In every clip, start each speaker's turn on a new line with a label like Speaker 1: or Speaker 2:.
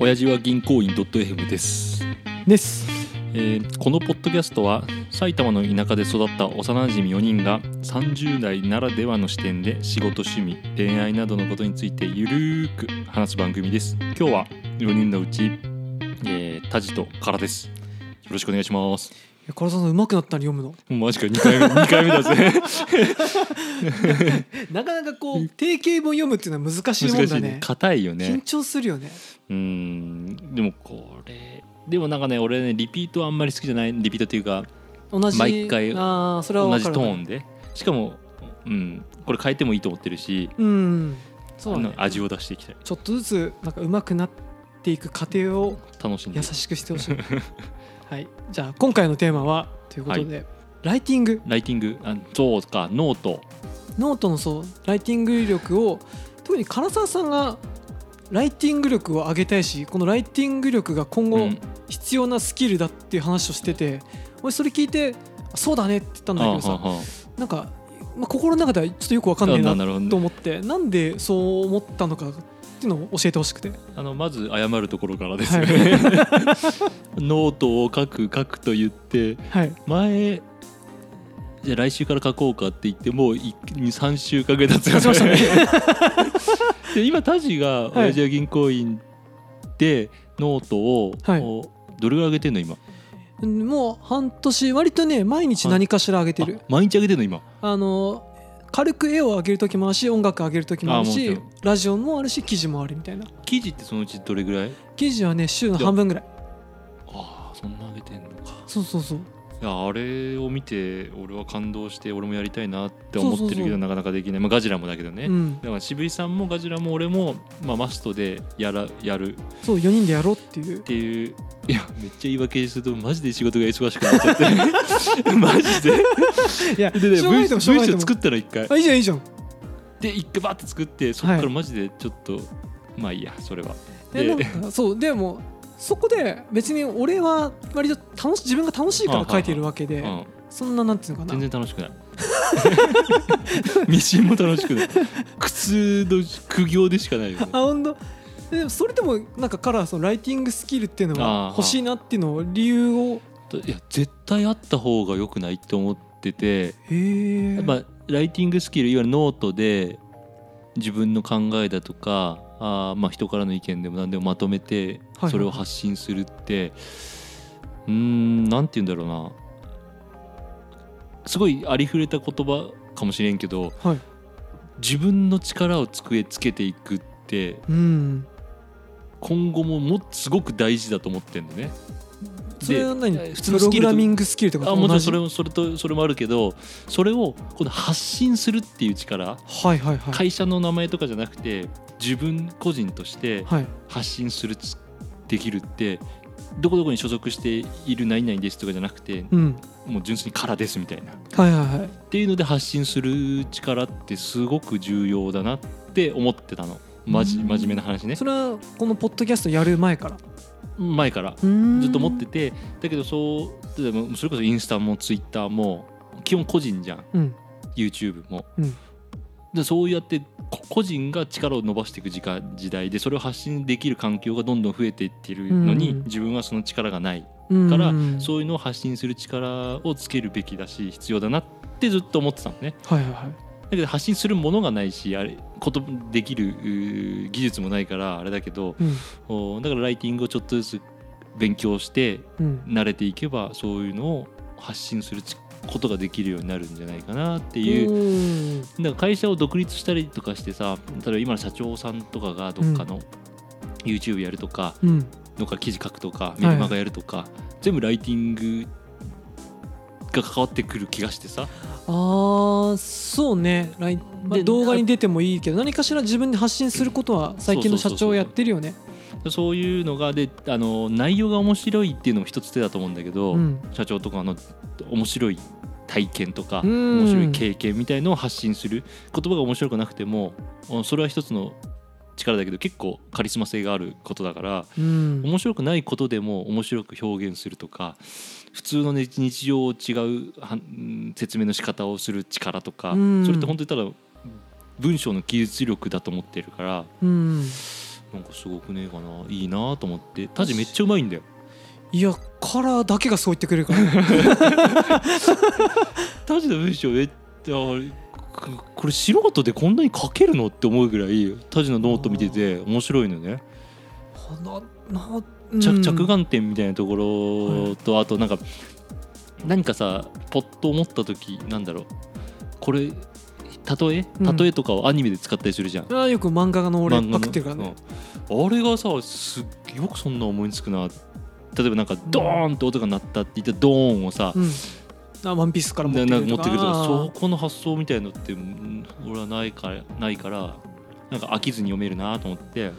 Speaker 1: 親父は銀行員 .fm です、
Speaker 2: です
Speaker 1: えーこのポッドキャストは埼玉の田舎で育った幼馴染4人が30代ならではの視点で仕事趣味恋愛などのことについてゆるーく話す番組です今日は4人のうち、えー、タジとカラですよろしくお願いします
Speaker 2: いや唐沢さん上手くなったね読むの
Speaker 1: マジか2回目 ,2 回目だぜ
Speaker 2: なかなかこう定型文読むっていうのは難しいもん
Speaker 1: 難し
Speaker 2: だ
Speaker 1: いね
Speaker 2: ね
Speaker 1: 硬いよね
Speaker 2: 緊張するよね
Speaker 1: うーんでもこれでもなんかね俺ねリピートはあんまり好きじゃないリピートっていうか
Speaker 2: 同じ
Speaker 1: 毎回
Speaker 2: あーそれは
Speaker 1: 同
Speaker 2: 分
Speaker 1: じ
Speaker 2: か
Speaker 1: ト
Speaker 2: る
Speaker 1: ーンでしかも、うん、これ変えてもいいと思ってるし、
Speaker 2: うんそうだね
Speaker 1: 味を出していきたい
Speaker 2: ちょっとずつなんか上手くなっていく過程を
Speaker 1: 楽しんで
Speaker 2: 優しくして ほしいはいじゃあ今回のテーマはということで、ライティング
Speaker 1: ライティングあそうかノート
Speaker 2: ノートのそうライティング力を特に唐沢さんがライティング力を上げたいしこのライティング力が今後、
Speaker 1: うん
Speaker 2: 必要なスキルだっていう話をしてて俺それ聞いて「そうだね」って言ったんだけど
Speaker 1: あ
Speaker 2: さ
Speaker 1: はんはん
Speaker 2: なんか、まあ、心の中ではちょっとよくわかんない
Speaker 1: あな
Speaker 2: な
Speaker 1: るほど
Speaker 2: と思ってなんでそう思ったのかっていうのを教えてほしくて
Speaker 1: あのまず謝るところからですね、 ノートを書く書くと言って
Speaker 2: はい
Speaker 1: 前じゃあ来週から書こうかって言ってもう3週間ぐらい経つよ
Speaker 2: 経ちましたね
Speaker 1: で今タジが
Speaker 2: はい
Speaker 1: 親父は銀行員でノートを、
Speaker 2: はい
Speaker 1: おどれぐらい上げてんの今
Speaker 2: もう半年割とね毎日何かしら上げてる
Speaker 1: あ毎日上げてんの今
Speaker 2: あの軽く絵を上げる時もあるし音楽上げる時もある
Speaker 1: あも
Speaker 2: し
Speaker 1: ちろん
Speaker 2: ラジオもあるし記事もあるみたいな
Speaker 1: 記事ってそのうちどれぐらい
Speaker 2: 記事はね週の半分ぐらい
Speaker 1: ああそんな上げてんのか
Speaker 2: そうそうそう
Speaker 1: いやあれを見て俺は感動して俺もやりたいなって思ってるけど
Speaker 2: そうそうそう
Speaker 1: なかなかできない、まあ、ガジラもだけどね、
Speaker 2: うん
Speaker 1: だから渋井さんもガジラも俺も、まあ、マストでやらやるっ
Speaker 2: そう4人でやろうっていう
Speaker 1: ていういやめっちゃ言い訳するとマジで仕事が忙しくなっちゃって マジで
Speaker 2: いや
Speaker 1: で、ね、
Speaker 2: しょうがないとも
Speaker 1: V
Speaker 2: しょうがないと
Speaker 1: 字を
Speaker 2: も
Speaker 1: 作ったら一回
Speaker 2: あいいじゃんいいじゃん
Speaker 1: で一回バーって作ってそっから
Speaker 2: はい
Speaker 1: マジでちょっと、まあいいやそれは
Speaker 2: でなんかそうでもそこで別に俺は割と楽し自分が楽しいから書いているわけで
Speaker 1: うん、
Speaker 2: そんななんていうのか
Speaker 1: 全
Speaker 2: な
Speaker 1: 然楽しくない ミシンも楽しくない苦痛の苦行でしかないよね
Speaker 2: あほんとでもそれでもなんかカラーそのライティングスキルっていうの
Speaker 1: あー
Speaker 2: は欲しいなっていうのを理由を
Speaker 1: いや絶対あった方が良くないって思ってて、
Speaker 2: へえ
Speaker 1: まあ、ライティングスキルいわゆるノートで自分の考えだとかあーまあ人からの意見でも何でもまとめて
Speaker 2: はいはい
Speaker 1: それを発信するって、うーんなんて言うんだろうなすごいありふれた言葉かもしれんけど
Speaker 2: はい
Speaker 1: 自分の力をつくつけていくって
Speaker 2: うん
Speaker 1: 今後ももっとすごく大事だと思ってんだね。
Speaker 2: それは何
Speaker 1: で普通
Speaker 2: プ
Speaker 1: の
Speaker 2: ロ
Speaker 1: スキル
Speaker 2: グ
Speaker 1: と
Speaker 2: ラミングスキルとか
Speaker 1: あ
Speaker 2: と
Speaker 1: もちろん
Speaker 2: 同じ
Speaker 1: それもそれとそれもあるけどそれをこの発信するっていう力
Speaker 2: はいはいはい
Speaker 1: 会社の名前とかじゃなくて自分個人として
Speaker 2: はい
Speaker 1: 発信するつできるってどこどこに所属している何々ですとかじゃなくて
Speaker 2: うん
Speaker 1: もう純粋にからですみたいなっ
Speaker 2: はいはいはい
Speaker 1: ていうので発信する力ってすごく重要だなって思ってたのまじ
Speaker 2: うん
Speaker 1: 真面目な話ね
Speaker 2: それはこのポッドキャストやる前から
Speaker 1: 前からず
Speaker 2: ず
Speaker 1: っと持っててだけどそうでもそれこそインスタもツイッターも基本個人じゃん
Speaker 2: うん
Speaker 1: YouTube も、
Speaker 2: うん
Speaker 1: でそうやってこ個人が力を伸ばしていく時間時代でそれを発信できる環境がどんどん増えていってるのに、
Speaker 2: うん
Speaker 1: 自分はその力がない
Speaker 2: うん
Speaker 1: から、
Speaker 2: うん
Speaker 1: そういうのを発信する力をつけるべきだし必要だなってずっと思ってたのね
Speaker 2: はいはいはい
Speaker 1: だけど発信するものがないしあれことできるうー技術もないからあれだけど
Speaker 2: うん
Speaker 1: おだからライティングをちょっとずつ勉強して
Speaker 2: うん
Speaker 1: 慣れていけばそういうのを発信するちことができるようになるんじゃないかなっていう
Speaker 2: うん
Speaker 1: なんか会社を独立したりとかしてさ例えば今の社長さんとかがどっかの YouTube やるとか、
Speaker 2: うん
Speaker 1: どっか記事書くとか
Speaker 2: い
Speaker 1: メルマガやるとか、全部ライティングが関わってくる気がしてさ
Speaker 2: あーそうねライン、まあ
Speaker 1: で
Speaker 2: 動画に出てもいいけど何かしら自分で発信することは最近の社長はやってるよね
Speaker 1: そういうのがであの内容が面白いっていうのも一つ手だと思うんだけど、
Speaker 2: うん
Speaker 1: 社長とかの面白い体験とか
Speaker 2: うん
Speaker 1: 面白い経験みたいのを発信する言葉が面白くなくてもうんそれは一つの力だけど結構カリスマ性があることだから。
Speaker 2: うん
Speaker 1: 面白くないことでも面白く表現するとか普通の、ね、日常を違うはん説明の仕方をする力とか
Speaker 2: うん
Speaker 1: それって本当にただ文章の技術力だと思ってるから
Speaker 2: うん
Speaker 1: なんかすごくねえかないいなと思ってタジめっちゃうまいんだよ
Speaker 2: いやカラーだけがそう言ってくれるから
Speaker 1: タジの文章えっここれ素人でこんなに書けるのって思うぐらいタジのノート見てて面白いのね
Speaker 2: なな、うん
Speaker 1: 着着眼点みたいなところと、あとなんか何かさポッと思った時なんだろうこれ例え
Speaker 2: うん
Speaker 1: 例えとかをアニメで使ったりするじゃん、
Speaker 2: あよく漫画の俺
Speaker 1: 漫画の
Speaker 2: パクってるからね、
Speaker 1: うんあれがさすっよくそんな思いつくな例えばなんかドーンって音が鳴ったって言ったドーンをさ、
Speaker 2: うんあワンピースから持って
Speaker 1: な
Speaker 2: く
Speaker 1: な
Speaker 2: る
Speaker 1: 持
Speaker 2: と
Speaker 1: って
Speaker 2: か
Speaker 1: くるとか
Speaker 2: あー
Speaker 1: そこの発想みたいのってうん俺はないからないからなんか飽きずに読めるなと思って
Speaker 2: あ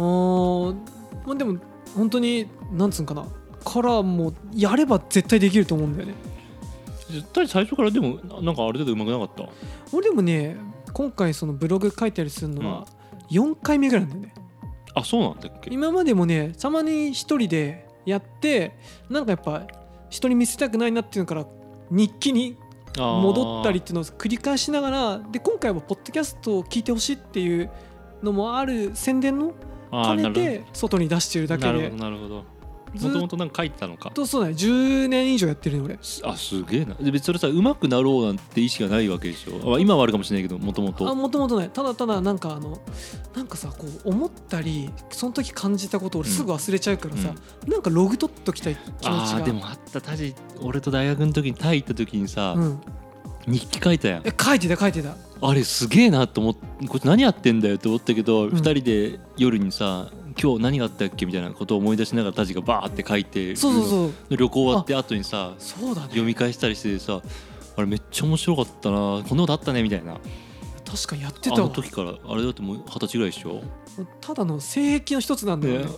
Speaker 2: ーまあでも本当になんつうんかなカラーもやれば絶対できると思うんだよね
Speaker 1: 絶対最初からでもななんかある程度うまくなかった
Speaker 2: 俺でもね今回そのブログ書いたりするのは4回目ぐらいなんだよね
Speaker 1: あそうなんだっけ
Speaker 2: 今までもねたまに一人でやってなんかやっぱ人に見せたくないなっていうのから日記に
Speaker 1: あー
Speaker 2: 戻ったりっていうのを繰り返しながらで今回はポッドキャストを聞いてほしいっていうのもある宣伝の
Speaker 1: あー
Speaker 2: 兼ねて外に出してるだけ
Speaker 1: なる
Speaker 2: で
Speaker 1: ほどなるほどなるほど
Speaker 2: ずっ
Speaker 1: もともとなんか書いてたのか
Speaker 2: とそうだね10年以上やってるね俺
Speaker 1: すあすげえなで別にそれさうまくなろうなんて意識がないわけでしょあ今はあるかもしれないけどもとも
Speaker 2: あ
Speaker 1: と
Speaker 2: もともとねただただなんかあのなんかさこう思ったりその時感じたことを俺すぐ忘れちゃうからさ、なんかログ取っときたい気持ち
Speaker 1: あ
Speaker 2: が
Speaker 1: ーでもあったタジ俺と大学の時にタイ行った時にさ、
Speaker 2: うん、
Speaker 1: 日記書いたやん
Speaker 2: え書いてた書いてた
Speaker 1: あれすげえなと思ってこいつ何やってんだよって思ったけど、
Speaker 2: ん
Speaker 1: 二人で夜にさ今日何があったっけみたいなことを思い出しながらタジがバーって書いて
Speaker 2: そうそう
Speaker 1: う
Speaker 2: そう
Speaker 1: 旅行終わって後にさ
Speaker 2: そうだね
Speaker 1: 読み返したりしてさあれめっちゃ面白かったなこんなことあったねみたいな
Speaker 2: 確かにやって
Speaker 1: あ
Speaker 2: た
Speaker 1: の
Speaker 2: わ
Speaker 1: 時からあれだってもう二十歳ぐらいでしょ、
Speaker 2: ただの性癖の一つなんだよね
Speaker 1: ね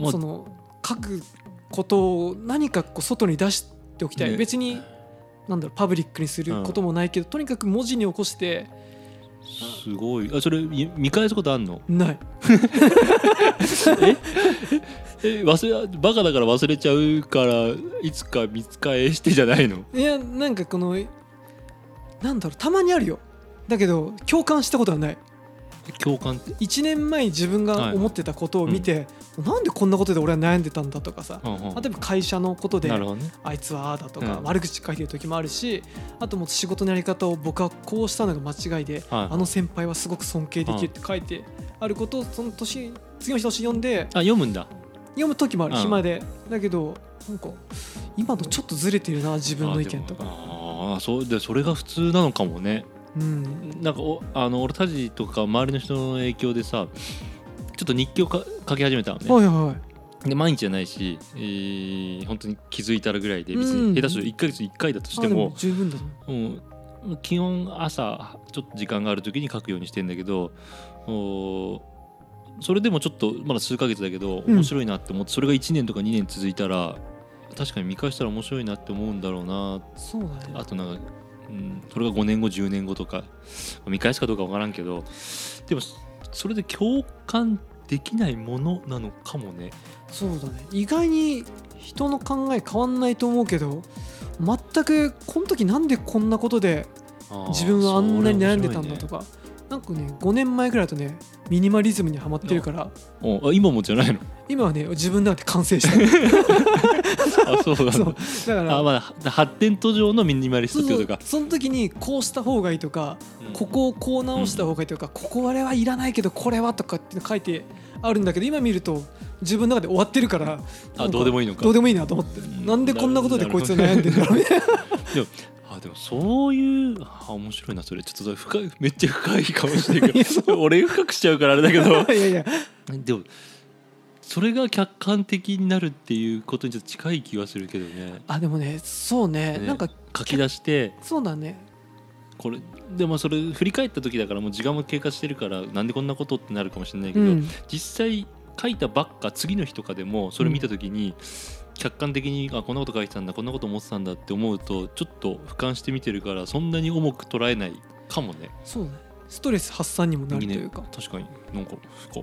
Speaker 1: まあ
Speaker 2: その書くことを何かこう外に出しておきたい、
Speaker 1: ね
Speaker 2: 別になんだろうパブリックにすることもないけど、とにかく文字に起こして
Speaker 1: すごいあそれみ見返すことあんの
Speaker 2: ない
Speaker 1: え忘れバカだから忘れちゃうからいつか見返してじゃないの
Speaker 2: いやなんかこのなんだろうたまにあるよだけど共感したことはない
Speaker 1: 共感って、
Speaker 2: 1年前に自分が思ってたことを見て、なんでこんなことで俺は悩んでたんだとかさ、
Speaker 1: うんうん
Speaker 2: 例えば会社のことで
Speaker 1: なるほどね
Speaker 2: あいつはああだとか、
Speaker 1: うん
Speaker 2: 悪口書いてる時もあるしあともう仕事のやり方を僕はこうしたのが間違いで、
Speaker 1: はい
Speaker 2: あの先輩はすごく尊敬できるって書いてあることをその年次の年読んで
Speaker 1: あ読むんだ
Speaker 2: 読む時もある
Speaker 1: うん
Speaker 2: 暇で、だけどなんか今のちょっとずれてるな自分の意見と
Speaker 1: あで
Speaker 2: か、
Speaker 1: もあーそうでそれが普通なのかもね
Speaker 2: うん、
Speaker 1: なんかおあの俺たちとか周りの人の影響でさちょっと日記をか書き始めたのね
Speaker 2: はいはいはい
Speaker 1: で毎日じゃないし、えー本当に気づいたらぐらいで別
Speaker 2: うん
Speaker 1: に下手すると1か月1回だとして
Speaker 2: あで
Speaker 1: も
Speaker 2: 十分だと
Speaker 1: うん基本朝ちょっと時間がある時に書くようにしてんだけどおーそれでもちょっとまだ数ヶ月だけど
Speaker 2: うん
Speaker 1: 面白いなって思って、それが1年とか2年続いたら確かに見返したら面白いなって思うんだろうな
Speaker 2: そうだね
Speaker 1: あとなんか、うん、それが5年後10年後とか見返すかどうか分からんけどでもそれで共感できないものなのかもね
Speaker 2: そうだね意外に人の考え変わんないと思うけど全くこの時なんでこんなことで自分はあんなに悩んでたんだと
Speaker 1: か、
Speaker 2: か、なんかね5年前ぐらいだとねミニマリズムにはまってるから
Speaker 1: おあ今もじゃないの
Speaker 2: 今はね自分の中で完成した
Speaker 1: あそうなんだ
Speaker 2: そうだから
Speaker 1: あまあ発展途上のミニマリス
Speaker 2: そ
Speaker 1: ト
Speaker 2: う
Speaker 1: って
Speaker 2: そ
Speaker 1: こと
Speaker 2: う
Speaker 1: か
Speaker 2: その時にこうした方がいいとか、
Speaker 1: うん
Speaker 2: ここをこう直した方がいいとか、ここあれはいらないけどこれはとかって書いてあるんだけど今見ると自分の中で終わってるから
Speaker 1: あどうでもいいのか
Speaker 2: どうでもいいなと思って、
Speaker 1: うん
Speaker 2: なんでこんなことでこいつ悩んでんだ ろうみたいな
Speaker 1: あでもそういうあ面白いなそれちょっとそれ深いめっちゃ深いかもしれない
Speaker 2: い
Speaker 1: け
Speaker 2: やそ
Speaker 1: ど俺深くしちゃうからあれだけど
Speaker 2: いやいや
Speaker 1: でもそれが客観的になるっていうことにちょっと近い気がするけどね
Speaker 2: あでもねそうね
Speaker 1: ね
Speaker 2: なんか
Speaker 1: 書き出して
Speaker 2: そうだね
Speaker 1: これでもそれ振り返った時だからもう時間も経過してるからなんでこんなことってなるかもしれないけ
Speaker 2: う
Speaker 1: ど、
Speaker 2: ん
Speaker 1: 実際書いたばっか次の日とかでもそれ見た時に客観的にあこんなこと書いてたんだこんなこと思ってたんだって思うとちょっと俯瞰して見てるからそんなに重く捉えないかもね。
Speaker 2: そうだねストレス発散にもなるというか、
Speaker 1: 確かになんか深っ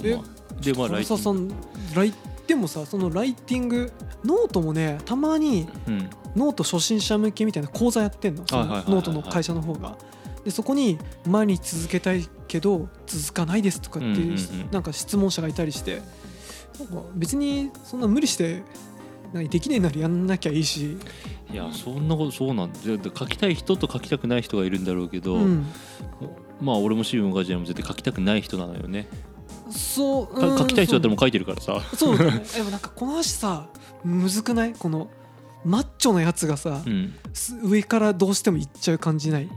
Speaker 1: 深
Speaker 2: え
Speaker 1: っまあでまあ
Speaker 2: 唐
Speaker 1: ライテ
Speaker 2: 沢さ
Speaker 1: ィング
Speaker 2: んライでもさそのライティングノートもねたまに
Speaker 1: うん
Speaker 2: ノート初心者向けみたいな講座やってんのその
Speaker 1: はいはいはいはい
Speaker 2: ノートの会社の方がでそこに毎日続けたいけど続かないですとかっていう,、
Speaker 1: うんうんうん
Speaker 2: なんか質問者がいたりしてなんか別にそんな無理してなんかできねえならやんなきゃいいし、
Speaker 1: いやそんなことそうなんだだ書きたい人と書きたくない人がいるんだろうけど、
Speaker 2: うん、
Speaker 1: まあ俺もシームガジアも絶対書きたくない人なのよね
Speaker 2: そう、
Speaker 1: か
Speaker 2: うん
Speaker 1: 書きたい人だったらもう書いてるからさ
Speaker 2: そうだね、でもなんかこの話さむずくないこのマッチョなやつがさ、
Speaker 1: うん
Speaker 2: す上からどうしても行っちゃう感じない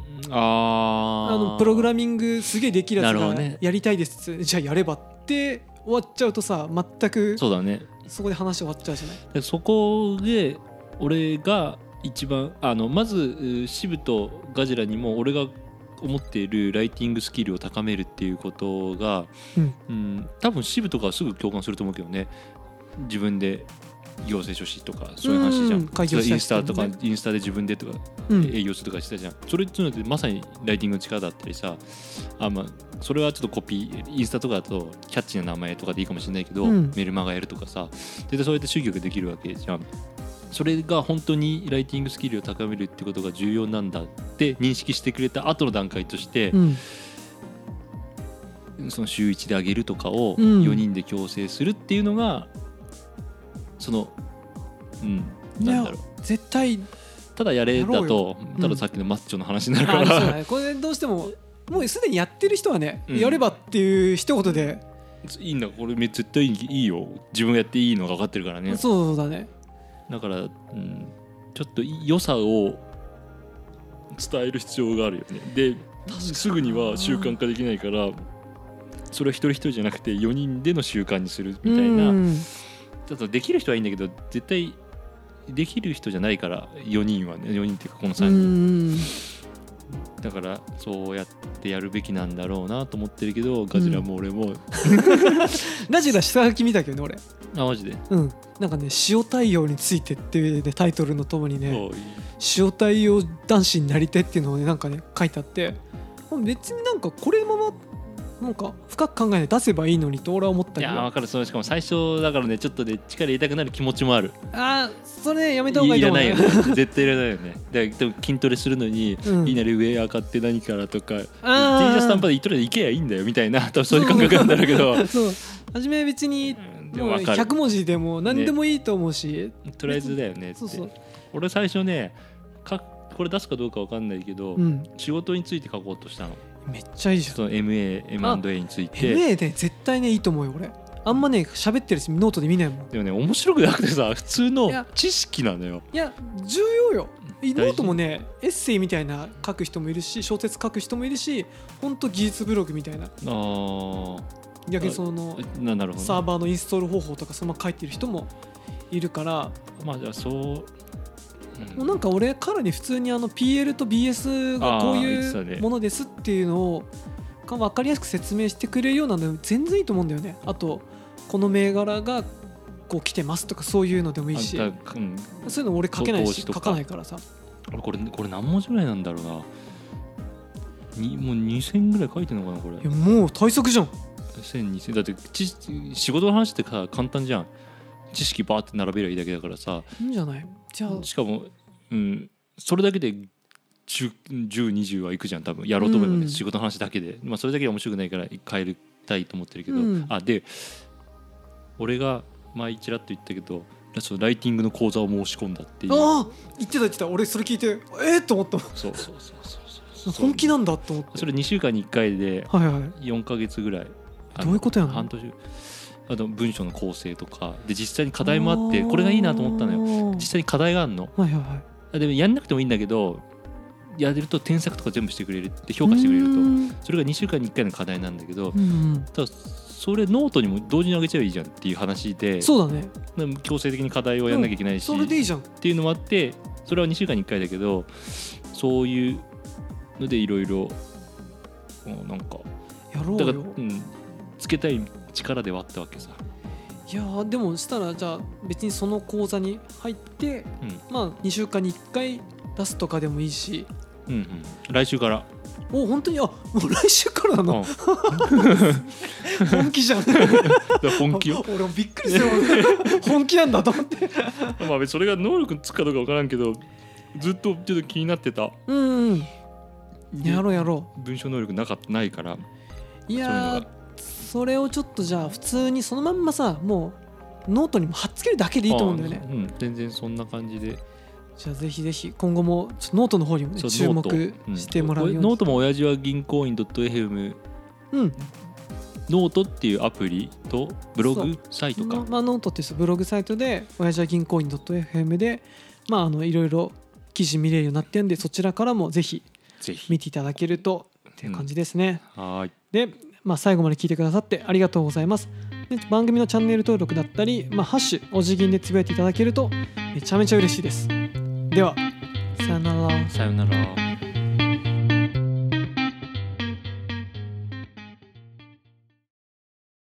Speaker 1: あ
Speaker 2: あのプログラ
Speaker 1: ム
Speaker 2: ミングすげえできるや
Speaker 1: な
Speaker 2: つ
Speaker 1: るほ
Speaker 2: が
Speaker 1: どね
Speaker 2: やりたいですって、じゃあやればって終わっちゃうとさ全く
Speaker 1: そうだね
Speaker 2: そこで話終わっちゃうじゃない
Speaker 1: でそこで俺が一番あのまずうシブとガジラにも俺が思っているライティングスキルを高めるっていうことが、
Speaker 2: うん
Speaker 1: うん多分シブとかはすぐ共感すると思うけどね自分で行政書士とかそういう話じゃん、
Speaker 2: うん開業したりしてる
Speaker 1: イ
Speaker 2: ね
Speaker 1: ンスタとかインスタで自分でとか
Speaker 2: うん
Speaker 1: 営業するとかしてたじゃん、それっていうのってまさにライティングの力だったりさあ、まあ、それはちょっとコピーインスタとかだとキャッチーな名前とかでいいかもしれないけど、
Speaker 2: うん
Speaker 1: メルマガやるとかさ絶対そうやって集客できるわけじゃんそれが本当にライティングスキルを高めるってことが重要なんだって認識してくれた後の段階として、
Speaker 2: うん
Speaker 1: その週1で上げるとかを
Speaker 2: うん
Speaker 1: 4人で強制するっていうのが、そのうん
Speaker 2: いや
Speaker 1: なんだろう
Speaker 2: 絶対
Speaker 1: ただやれだ
Speaker 2: やろ
Speaker 1: と
Speaker 2: うん
Speaker 1: たださっきのマッチョの話になるか
Speaker 2: あ
Speaker 1: ら、
Speaker 2: そうだねこれどうしてももうすでにやってる人はね、
Speaker 1: うん
Speaker 2: やればっていう一言で、
Speaker 1: いいんだこれめ絶対いいいいよ自分やっていいのが分かってるからね
Speaker 2: そうだね
Speaker 1: だから、うん、ちょっとい良さを伝える必要があるよねですぐには習慣化できないからそれは一人一人じゃなくて4人での習慣にするみたいな、
Speaker 2: うん
Speaker 1: ちょっとできる人はいいんだけど絶対できる人じゃないから4人はね4人っていうかこの3
Speaker 2: う
Speaker 1: 人、
Speaker 2: ん
Speaker 1: だからそうやってやるべきなんだろうなと思ってるけどガジラも俺も、
Speaker 2: ラジオだ下書き見たけどね俺
Speaker 1: あマジで、
Speaker 2: うんなんかね「塩対応について」っていう、ね、タイトルのともにね
Speaker 1: そう
Speaker 2: 塩対応男子になりてっていうのをねなんかね書いてあって別になんかこれままなんか深く考えて出せばいいのにと俺は思った
Speaker 1: い
Speaker 2: けど
Speaker 1: やーわ
Speaker 2: あ
Speaker 1: かるそれしかも最初だからねちょっとね力入れたくなる気持ちもある
Speaker 2: あーそれやめた方がい
Speaker 1: い
Speaker 2: いと
Speaker 1: ら
Speaker 2: 思う
Speaker 1: ないよ
Speaker 2: ね
Speaker 1: ね 絶対いらないよねででも筋トレするのに、
Speaker 2: うん
Speaker 1: いいなりウェア買って何からとか T シ
Speaker 2: あー
Speaker 1: ャツ短パンでトレで行けばいいんだよみたいな多分そういう感覚なんだろうけど
Speaker 2: そう初め別に
Speaker 1: うんで
Speaker 2: もう
Speaker 1: もわか
Speaker 2: 100
Speaker 1: る
Speaker 2: 文字でも何でもいいと思うし、
Speaker 1: とりあえずだよねって
Speaker 2: そうそう
Speaker 1: 俺最初ねかこれ出すかどうかわかんないけど、
Speaker 2: うん
Speaker 1: 仕事について書こうとしたの
Speaker 2: めっちゃいいじゃん
Speaker 1: その MAM&A について
Speaker 2: MA で絶対ねいいと思うよ俺あんまね喋ってるしノートで見ないもん
Speaker 1: でもね面白くなくてさ普通の
Speaker 2: いや
Speaker 1: 知識なのよ
Speaker 2: いや重要よノ
Speaker 1: 事
Speaker 2: ートもねエッセイみたいな書く人もいるし小説書く人もいるしほんと技術ブログみたいな
Speaker 1: あー
Speaker 2: 逆にその
Speaker 1: ななるほどね
Speaker 2: サーバーのインストール方法とかそのまま書いてる人もいるから
Speaker 1: まあじゃあそう、
Speaker 2: もうなんか俺からに普通にあの PL と BS がこう
Speaker 1: あー言ってた
Speaker 2: い
Speaker 1: ね
Speaker 2: うものですっていうのをが分かりやすく説明してくれるようなの全然いいと思うんだよねあとこの銘柄がこう来てますとかそういうのでもいいし
Speaker 1: あだからうん、
Speaker 2: そういうの俺書けないし
Speaker 1: 投資と
Speaker 2: 書
Speaker 1: か
Speaker 2: かないからさ
Speaker 1: 俺これこれ何文字ぐらいなんだろうなにもう2000ぐらい書いてんのかなこれ
Speaker 2: いやもう対策じゃん
Speaker 1: 10002000だって知仕事の話ってさ簡単じゃん知識バーって並べりゃいいだけだからさ
Speaker 2: いいんじゃないじゃあ
Speaker 1: しかも、うん、それだけで1020はいくじゃん多分やろうと思えばね、
Speaker 2: うん
Speaker 1: 仕事の話だけで、まあ、それだけは面白くないから変えたいと思ってるけど、
Speaker 2: うん
Speaker 1: あで俺が前ちらっと言ったけどそのライティングの講座を申し込んだっていう
Speaker 2: ああ言ってた言ってた俺それ聞いてえっ、と思った
Speaker 1: そうそうそうそうそうそう
Speaker 2: 本気なんだと思って
Speaker 1: それ2週間に1回で
Speaker 2: はいはい
Speaker 1: 4か月ぐらいあの
Speaker 2: どういうことやの
Speaker 1: 半年あと文章の構成とかで実際に課題もあってこれがいいなと思ったのよ
Speaker 2: よ
Speaker 1: 実際に課題があるの
Speaker 2: はいはいはい
Speaker 1: あでもやんなくてもいいんだけどやれると添削とか全部してくれるって評価してくれ
Speaker 2: う
Speaker 1: る
Speaker 2: ん
Speaker 1: とそれが2週間に1回の課題なんだけど
Speaker 2: うん
Speaker 1: ただそれノートにも同時にあげちゃえばいいじゃんっていう話で
Speaker 2: そうだね
Speaker 1: でも強制的に課題をやんなきゃいけないし、
Speaker 2: それでいいじゃん
Speaker 1: っていうのもあってそれは2週間に1回だけどそういうのでいろいろうんなんか
Speaker 2: やろう
Speaker 1: だから、
Speaker 2: よ
Speaker 1: うん、つけたい力ではあったわけさ、
Speaker 2: いやーでもしたらじゃあ別にその講座に入って
Speaker 1: うん
Speaker 2: まあ2週間に1回出すとかでもいいし
Speaker 1: うんうん、来週から、
Speaker 2: お本当にあもう来週からな
Speaker 1: うん
Speaker 2: の、本気じゃん
Speaker 1: 本気よ
Speaker 2: 俺もびっくりする わ本気なんだと思って
Speaker 1: まあそれが能力つくかどうか分からんけどずっとちょっと気になってた
Speaker 2: うんうんやろうやろ
Speaker 1: 文章能力なかったないから
Speaker 2: ういやーそれをちょっとじゃあ普通にそのまんまさもうノートにも貼っつけるだけでいいと思うんだよ
Speaker 1: あ
Speaker 2: ね
Speaker 1: ーうん、全然そんな感じで
Speaker 2: じゃあぜひぜひ今後もちょっとノートの方にもね
Speaker 1: そう
Speaker 2: 注
Speaker 1: ノー
Speaker 2: 目
Speaker 1: トうん
Speaker 2: してもらうように、
Speaker 1: ノートも親父は銀行員 .fm
Speaker 2: うん
Speaker 1: ノートっていうアプリとブログサイト
Speaker 2: ま
Speaker 1: か
Speaker 2: まあ、ノートっていうブログサイトで親父は銀行員 .fm でまああのいろいろ記事見れるようになってるんでそちらからもぜひ
Speaker 1: ぜひ
Speaker 2: 見ていただけるとっていう感じですね、
Speaker 1: はーい
Speaker 2: で、まあ、最後まで聞いてくださってありがとうございますで番組のチャンネル登録だったり、まあ、ハッシュお辞儀でつぶやいていただけるとめちゃめちゃ嬉しいですではさよなら
Speaker 1: さよなら